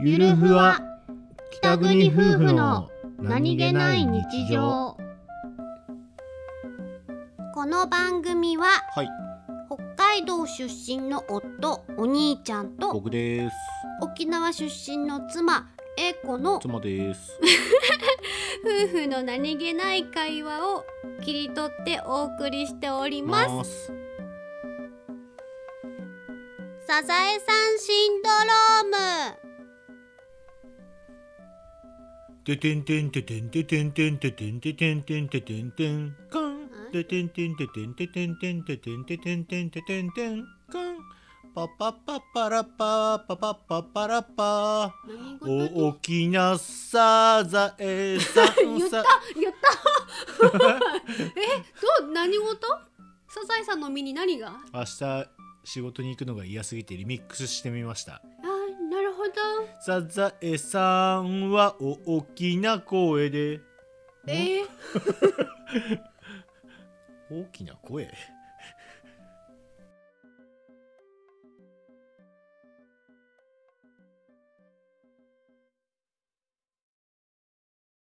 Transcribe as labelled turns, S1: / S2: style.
S1: ゆるふわ北国夫婦の
S2: この番組は
S1: はい
S2: 北海道出身の夫お兄ちゃんと
S1: 僕です
S2: 沖縄出身の妻英子の夫
S1: 妻です
S2: 婦の何気ない会話を切り取ってお送りしております
S1: す
S2: サザエさんシンドロ
S1: ててんてんててんててんてんててんててんてんててんてんかんててんてんててんててんてんててんててんてんててんてんかんパパパパラパパパパパラパ
S2: ーム
S1: おおきなサザエさん
S2: 言った
S1: さ
S2: 言ったえどう何事サザエさんの身に何があ
S1: 明日仕事に行くのが嫌すぎてリミックスしてみました
S2: ーなるほど
S1: サザエさんはお大きな声で
S2: えー、
S1: 大きな声